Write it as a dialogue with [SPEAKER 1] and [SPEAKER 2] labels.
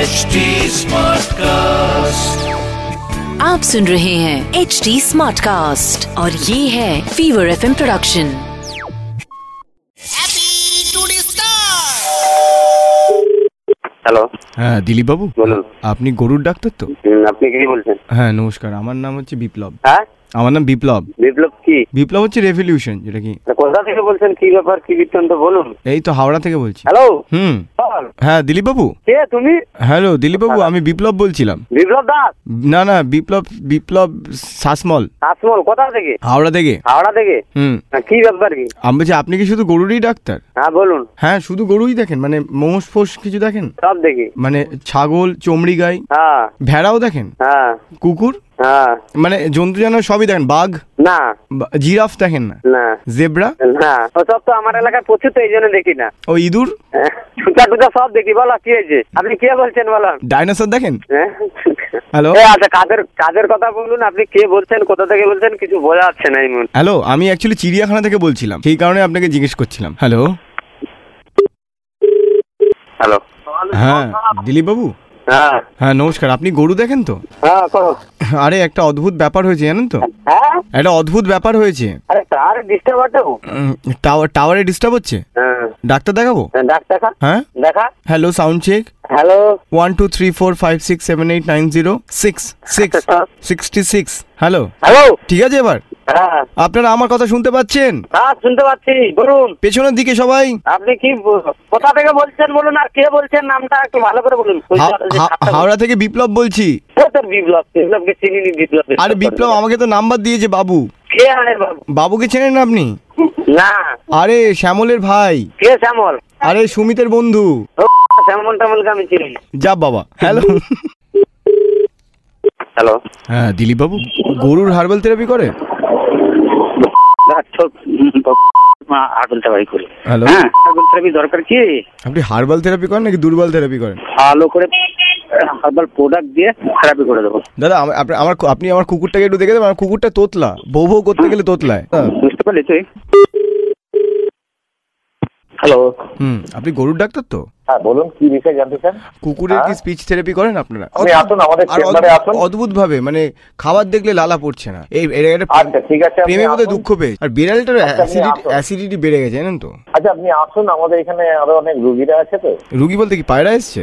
[SPEAKER 1] HD Smartcast.
[SPEAKER 2] आप सुन रहे हैं एच डी स्मार्ट कास्ट और ये है फीवर एफ प्रोडक्शन
[SPEAKER 3] হ্যালো
[SPEAKER 4] হ্যাঁ দিলীপবাবু
[SPEAKER 3] বলুন।
[SPEAKER 4] আপনি গরুর ডাক্তার তো
[SPEAKER 3] হুম, আপনি কি বলছেন
[SPEAKER 4] হ্যাঁ নমস্কার আমার নাম হচ্ছে বিপ্লব
[SPEAKER 3] হ্যাঁ
[SPEAKER 4] আমার নাম বিপ্লব
[SPEAKER 3] বিপ্লব কি
[SPEAKER 4] বিপ্লব হচ্ছে রেভলিউশন যেটা কি
[SPEAKER 3] তা কোথা থেকে বলছেন কি ব্যাপার কি বৃত্তান্ত বলুন
[SPEAKER 4] এই তো হাওড়া থেকে বলছি
[SPEAKER 3] হ্যালো
[SPEAKER 4] হুম
[SPEAKER 3] বল।
[SPEAKER 4] হ্যাঁ দিলীপবাবু
[SPEAKER 3] কে তুমি
[SPEAKER 4] হ্যালো দিলীপবাবু আমি বিপ্লব বলছিলাম
[SPEAKER 3] বিপ্লব দাস
[SPEAKER 4] না না বিপ্লব বিপ্লব শাসমল
[SPEAKER 3] আসমল কোথা থেকে
[SPEAKER 4] হাওড়া থেকে
[SPEAKER 3] হাওড়া থেকে
[SPEAKER 4] হুম
[SPEAKER 3] না, কি ব্যাপার কি
[SPEAKER 4] আমি বলছি আপনি কি শুধু গরুরই ডাক্তার
[SPEAKER 3] হ্যাঁ বলুন
[SPEAKER 4] হ্যাঁ শুধু গরুই দেখেন মানে মোষ ফোষ কিছু দেখেন
[SPEAKER 3] সব দেখি
[SPEAKER 4] মানে ছাগল চমড়ি গাই
[SPEAKER 3] হ্যাঁ
[SPEAKER 4] ভেড়াও দেখেন
[SPEAKER 3] হ্যাঁ
[SPEAKER 4] কুকুর
[SPEAKER 3] হ্যাঁ
[SPEAKER 4] মানে জন্তু জানোয়ার সবই দেখেন বাঘ
[SPEAKER 3] না
[SPEAKER 4] বা- জিরাফ দেখেন না
[SPEAKER 3] না
[SPEAKER 4] জেব্রা
[SPEAKER 3] না ওসব তো আমার এলাকায় প্রচুর তো এই জন্য দেখি না
[SPEAKER 4] ও ইঁদুর
[SPEAKER 3] টুকা টুকা সব দেখি বলো কি হয়েছে আপনি কে বলছেন বলুন
[SPEAKER 4] ডাইনোসর দেখেন
[SPEAKER 3] হ্যাঁ?
[SPEAKER 4] হ্যালো?
[SPEAKER 3] এ, আচ্ছা কাদের কাদের কথা বলুন আপনি কে বলছেন কোথা থেকে বলছেন কিছু বোঝা যাচ্ছে না এই মুহূর্তে
[SPEAKER 4] হ্যালো আমি অ্যাকচুয়ালি চিড়িয়াখানা থেকে বলছিলাম সেই কারণে আপনাকে জিজ্ঞেস করছিলাম হ্যালো
[SPEAKER 3] হ্যালো
[SPEAKER 4] হ্যাঁ দিলীপবাবু
[SPEAKER 3] হ্যাঁ
[SPEAKER 4] হ্যাঁ নমস্কার আপনি গরু দেখেন তো
[SPEAKER 3] হ্যাঁ করো
[SPEAKER 4] আরে একটা অদ্ভুত ব্যাপার হয়েছে জানেন তো
[SPEAKER 3] হ্যাঁ
[SPEAKER 4] একটা অদ্ভুত ব্যাপার হয়েছে
[SPEAKER 3] আরে তার ডিস্টার্ব আছে
[SPEAKER 4] উম, টাওয়ার টাওয়ারে ডিস্টার্ব হচ্ছে
[SPEAKER 3] হ্যাঁ
[SPEAKER 4] ডাক্তার দেখাবো
[SPEAKER 3] ডাক দেখা
[SPEAKER 4] হ্যাঁ
[SPEAKER 3] দেখা
[SPEAKER 4] hello sound check
[SPEAKER 3] hello
[SPEAKER 4] one two three four five six seven eight nine zero six six sixty six hello
[SPEAKER 3] hello
[SPEAKER 4] ঠিক আছে এবার
[SPEAKER 3] হ্যাঁ
[SPEAKER 4] আপনারা আমার কথা শুনতে পাচ্ছেন
[SPEAKER 3] হ্যাঁ শুনতে পাচ্ছি বলুন
[SPEAKER 4] পেছনের দিকে সবাই
[SPEAKER 3] আপনি কি ব- কোথা থেকে বলছেন বলুন আর কে বলছেন নামটা একটু ভালো করে বলুন
[SPEAKER 4] হা- হা- হাওড়া থেকে বিপ্লব বলছি
[SPEAKER 3] ও তোর বিপ্লব বিপ্লবকে চিনিনি বিপ্লব
[SPEAKER 4] আরে বিপ্লব আমাকে তো নাম্বার দিয়েছে বাবু
[SPEAKER 3] কে আরে বাবু
[SPEAKER 4] বাবুকে চেনেন না আপনি
[SPEAKER 3] না
[SPEAKER 4] আরে শ্যামলের ভাই
[SPEAKER 3] কে শ্যামল
[SPEAKER 4] আরে সুমিতের বন্ধু
[SPEAKER 3] ও শ্যামল টামলকে আমি চিনি
[SPEAKER 4] যা বাবা হ্যালো
[SPEAKER 3] হ্যালো
[SPEAKER 4] হ্যাঁ দিলীপ বাবু গরুর হার্বাল থেরাপি করে
[SPEAKER 5] আটলতে বাড়ি করি
[SPEAKER 4] হ্যালো
[SPEAKER 5] হ্যাঁ আটলতে বাড়ি দরকার কি
[SPEAKER 4] আপনি হার্বাল থেরাপি করেন নাকি দুর্বল থেরাপি করেন
[SPEAKER 5] ভালো করে হার্বাল প্রোডাক্ট দিয়ে থেরাপি করে দেবো
[SPEAKER 4] দাদা আমা- আপনি আমার কু- আপনি আমার কুকুরটাকে একটু দেখে দেবেন আমার কুকুরটা তোতলা বউ বউ করতে গেলে তোতলায় হ্যাঁ।
[SPEAKER 5] বুঝতে পারলি তুই হ্যালো
[SPEAKER 4] হুম আপনি গরুর ডাক্তার তো
[SPEAKER 6] হ্যাঁ বলুন কি বিষয়ে জানতে চান
[SPEAKER 4] কুকুরের কি স্পিচ থেরাপি করেন আপনারা
[SPEAKER 6] আপনি আসুন, আমাদের চেম্বারে আসুন।
[SPEAKER 4] অদ্ভুত ভাবে মানে খাবার দেখলে লালা পড়ছে না এই এর একটা
[SPEAKER 6] আচ্ছা ঠিক আছে আপনি
[SPEAKER 4] প্রেমে বোধহয়
[SPEAKER 6] আসুন।
[SPEAKER 4] দুঃখ পেয়ে আর বিড়ালটার
[SPEAKER 6] আচ্ছা, আপনি
[SPEAKER 4] অ্যাসিডিটি
[SPEAKER 6] আসুন।
[SPEAKER 4] অ্যাসিডিটি বেড়ে গেছে জানেন তো
[SPEAKER 6] আচ্ছা আপনি আসুন আমাদের এখানে আরো অনেক রুগীরা আছে তো
[SPEAKER 4] রুগী বলতে কি পায়রা এসছে